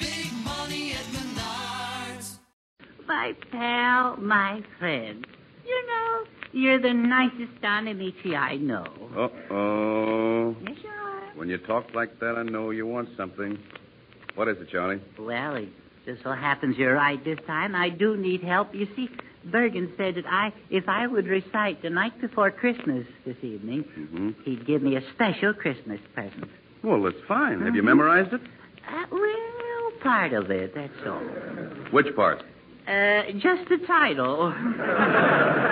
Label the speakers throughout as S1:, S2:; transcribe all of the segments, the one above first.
S1: big money at Menards.
S2: My pal, my friend. You know, you're the nicest Donamichi I know.
S3: Uh-oh.
S2: Yes, you are.
S3: When you talk like that, I know you want something. What is it, Charlie?
S2: Well, it just so happens you're right this time. I do need help. You see, Bergen said that I, if I would recite the night before Christmas this evening, he'd give me a special Christmas present.
S3: Well, that's fine. Have you memorized it?
S2: Uh, well, part of it, that's all.
S3: Which part?
S2: Uh, just the title.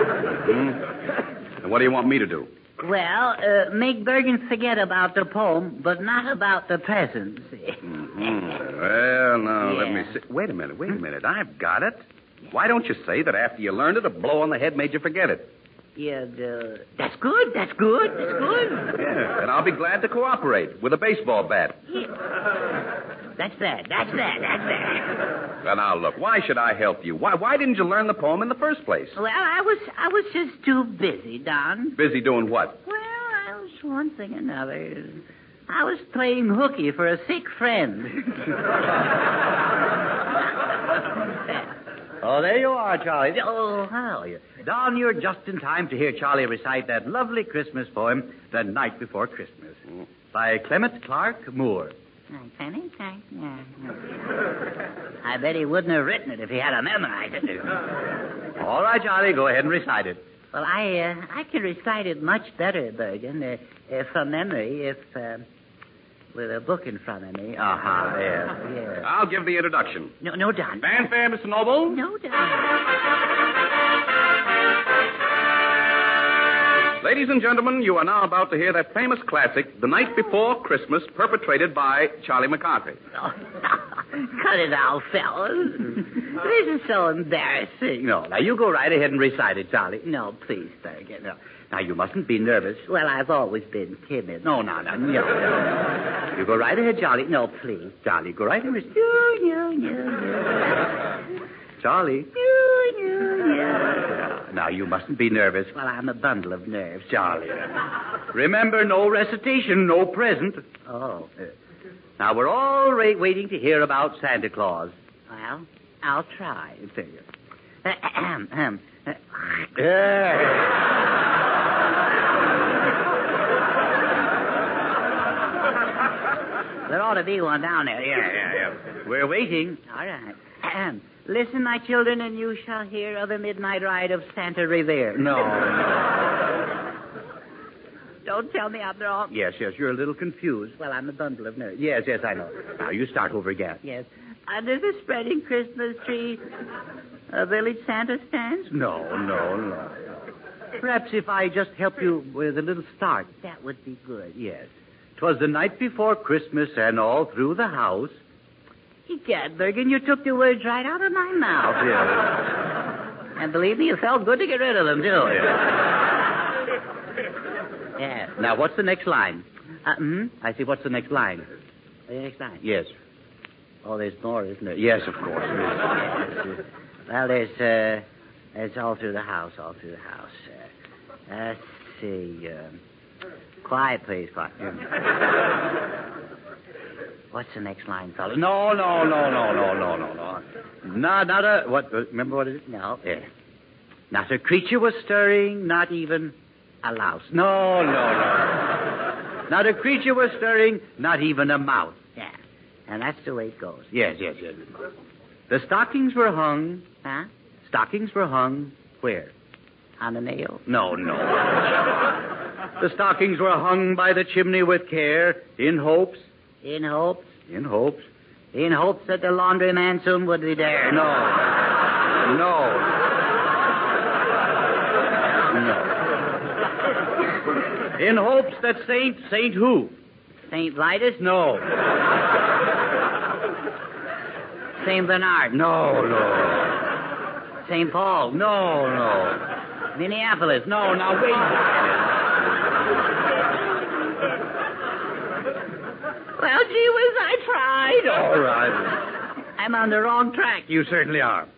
S3: And what do you want me to do?
S2: Well, uh, make Bergen forget about the poem, but not about the presents.
S4: Mm-hmm.
S3: Mm-hmm. Well, now, let me
S2: Yeah.
S3: see. Wait a minute, wait a minute. I've got it. Why don't you say that after you learned it, a blow on the head made you forget it?
S2: yeah, the... that's good, that's good, that's good.
S3: Yeah. And I'll be glad to cooperate with a baseball bat.
S2: That's that, that's that, that's that.
S3: Well, now, look, why should I help you? Why, why didn't you learn the poem in the first place?
S2: Well, I was, I was just too busy, Don.
S3: Busy doing what?
S2: Well, I was one thing another. I was playing hooky for a sick friend.
S4: Oh, there you are, Charlie.
S2: Oh, how you?
S4: Don, you're just in time to hear Charlie recite that lovely Christmas poem, The Night Before Christmas, by Clement Clark Moore.
S2: Funny, funny, yeah. I bet he wouldn't have written it if he had a memorized it.
S4: All right, Charlie, go ahead and recite it.
S2: Well, I uh, I can recite it much better, Bergen, uh, uh, from memory, if uh, with a book in front of me. Uh huh. There. Yeah.
S3: I'll give the introduction.
S2: No, no, Don.
S3: Fanfare, Mr. Noble.
S2: No, Don.
S3: Ladies and gentlemen, you are now about to hear that famous classic, The Night Before Christmas, perpetrated by Charlie McCarthy.
S2: Oh, Cut it out, fellas. this is so embarrassing.
S4: No, now you go right ahead and recite it, Charlie.
S2: No, please, Bergen. No.
S4: Now you mustn't be nervous.
S2: Well, I've always been timid.
S4: No, no, no, no. You go right ahead, Charlie. No, please, Charlie, go right ahead. and rec-
S2: No, no, no,
S4: Charlie.
S2: no, no, no.
S4: Now you mustn't be nervous,
S2: Well, I'm a bundle of nerves.
S4: Charlie. Remember, no recitation, no present.
S2: Oh, uh,
S4: Now we're all ra- waiting to hear about Santa Claus.
S2: well, I'll try.
S4: Figure.
S2: Ahem, ahem. Uh, There ought to be one down there. Yeah, yeah, yeah.
S4: We're waiting.
S2: All right. Ahem. Listen, my children, and you shall hear of the midnight ride of Santa Revere.
S4: No.
S2: Don't tell me I'm wrong.
S4: yes, yes, you're a little confused.
S2: Well, I'm a bundle of nerves.
S4: Yes, yes, I know. Now you start over again.
S2: Yes. Under the spreading Christmas tree, a village Santa stands.
S4: No, no, no. Perhaps if I just help you with a little start.
S2: That would be good.
S4: Yes. 'Twas the night before Christmas, and all through the house.
S2: Egad, Bergen, you took the words right out of my mouth. And believe me, it felt good to get rid of them, too. Yeah.
S4: Now, what's the next line?
S2: Uh, hmm?
S4: I see. What's the next line?
S2: The next line.
S4: Yes.
S2: Oh, there's more, isn't it?
S4: Yes, of course.
S2: Well, there's, uh, there's all through the house, all through the house. Uh, let's see. Um, quiet, please, quiet. What's the next line, fellas?
S4: No, no, no, no, no, no, no, no. Not, not a what? Remember what it is?
S2: No.
S4: Yeah. Not a creature was stirring, not even a louse. No, no, no. not a creature was stirring, not even a mouse.
S2: Yeah. And that's the way it goes.
S4: Yes, yes, yes. The stockings were hung.
S2: Huh?
S4: Stockings were hung where?
S2: On the nail.
S4: No, no. the stockings were hung by the chimney with care, in hopes,
S2: In hopes.
S4: in hopes.
S2: In hopes that the laundryman soon would be there.
S4: No. No. No. In hopes that Saint, Saint who?
S2: St. Vitus?
S4: No.
S2: St. Bernard?
S4: No, no.
S2: St. Paul.
S4: No, no.
S2: Minneapolis. No, now wait. well, gee whiz, I tried.
S4: All right.
S2: I'm on the wrong track.
S4: You certainly are.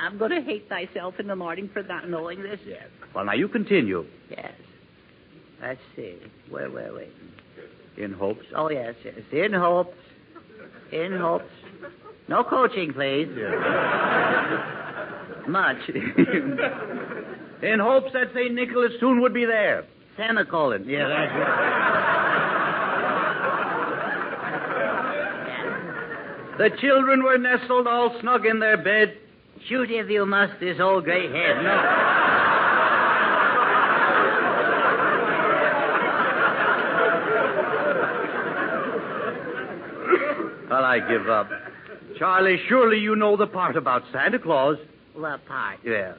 S2: I'm going to hate myself in the morning for not knowing this. Yes.
S4: Well, now you continue.
S2: Yes. Let's see. Wait, wait, wait.
S4: In hopes.
S2: Oh, yes, yes. In hopes. In hopes. No coaching, please. Much.
S4: In hopes that St. Nicholas soon would be there.
S2: Semicolon.
S4: Yeah, that's right. The children were nestled all snug in their bed.
S2: Shoot if you must this old gray head. No.
S4: Well, I give up. Charlie, surely you know the part about Santa Claus.
S2: What part?
S4: Yeah.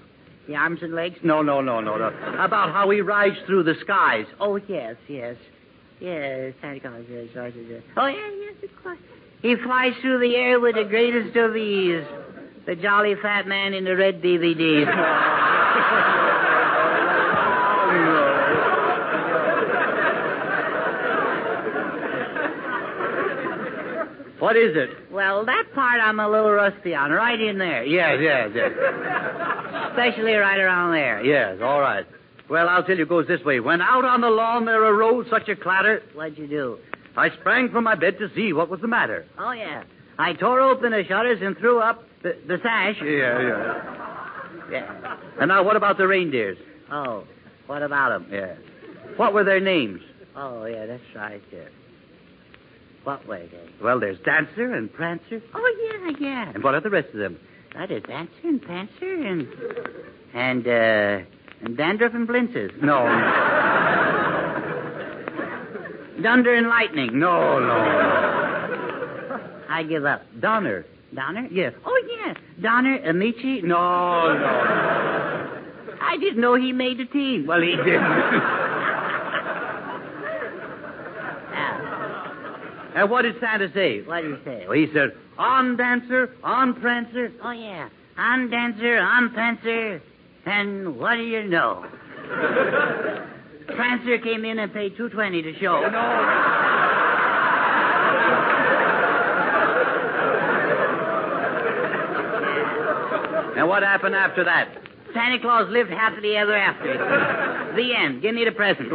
S2: The arms and legs?
S4: No, no, no, no, no. About how he rides through the skies.
S2: Oh, yes, yes. Yes, Santa Claus is. George is- Oh, yeah, yes, of course. He flies through the air with the greatest of ease. The jolly fat man in the red DVD.
S4: What is it?
S2: well, that part I'm a little rusty on. Right in there.
S4: Yes, yes, yes.
S2: Especially right around there.
S4: Yes, all right. Well, I'll tell you, it goes this way. When out on the lawn there arose such a clatter,
S2: What'd you do?
S4: I sprang from my bed to see what was the matter.
S2: Oh, yeah. I tore open the shutters and threw up the, the sash.
S4: yeah.
S2: Yeah.
S4: And now, what about the reindeers?
S2: Oh, what about him?
S4: Yeah. What were their names?
S2: Oh, yeah, that's right, yeah. What way, then?
S4: Well, there's Dancer and Prancer.
S2: Oh, yeah, yeah.
S4: And what are the rest of them?
S2: That is Dancer and Prancer and... And, uh... And Dandruff and Blinces.
S4: No,
S2: Thunder and Lightning.
S4: no, no.
S2: I give up.
S4: Donner.
S2: Donner?
S4: Yes.
S2: Oh, yeah. Donner, Amici. No,
S4: Oh,
S2: no. I didn't know he made the team.
S4: Well, he didn't.
S2: Ah,
S4: and what did Santa say?
S2: what do you say?
S4: Well, he said, on Dancer, on Prancer.
S2: Oh, yeah. I'm Dancer, I'm Prancer, and what do you know? Prancer came in and paid two twenty to show.
S4: And what happened after that?
S2: Santa Claus lived happily ever after. the end. Give me the present.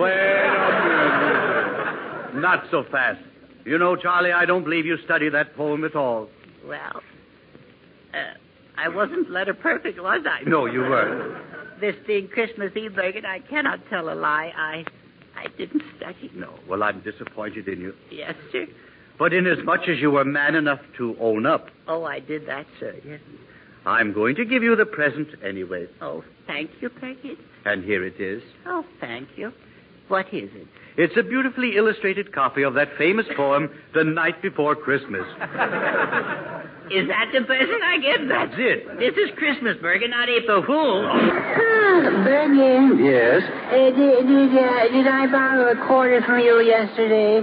S4: Not so fast. You know, Charlie, I don't believe you studied that poem at all.
S2: Well, uh, I wasn't letter perfect, was I?
S4: No, you weren't.
S2: This being Christmas Eve, Bergen, I cannot tell a lie. I, I didn't study.
S4: No. Well, I'm disappointed in you.
S2: Yes, sir.
S4: But inasmuch as you were man enough to own up,
S2: Oh, I did that, sir. Yes.
S4: I'm going to give you the present anyway.
S2: Oh, thank you, Bergen.
S4: And here it is.
S2: Oh, thank you. What is it?
S4: It's a beautifully illustrated copy of that famous poem, The Night Before Christmas.
S2: Is that the present I get?
S4: That's it.
S2: This is Christmas, Bergen, not April Fool.
S5: Bernie,
S4: Yes.
S5: uh, Hmm, did, did, uh, did I borrow a quarter from you yesterday?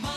S1: money.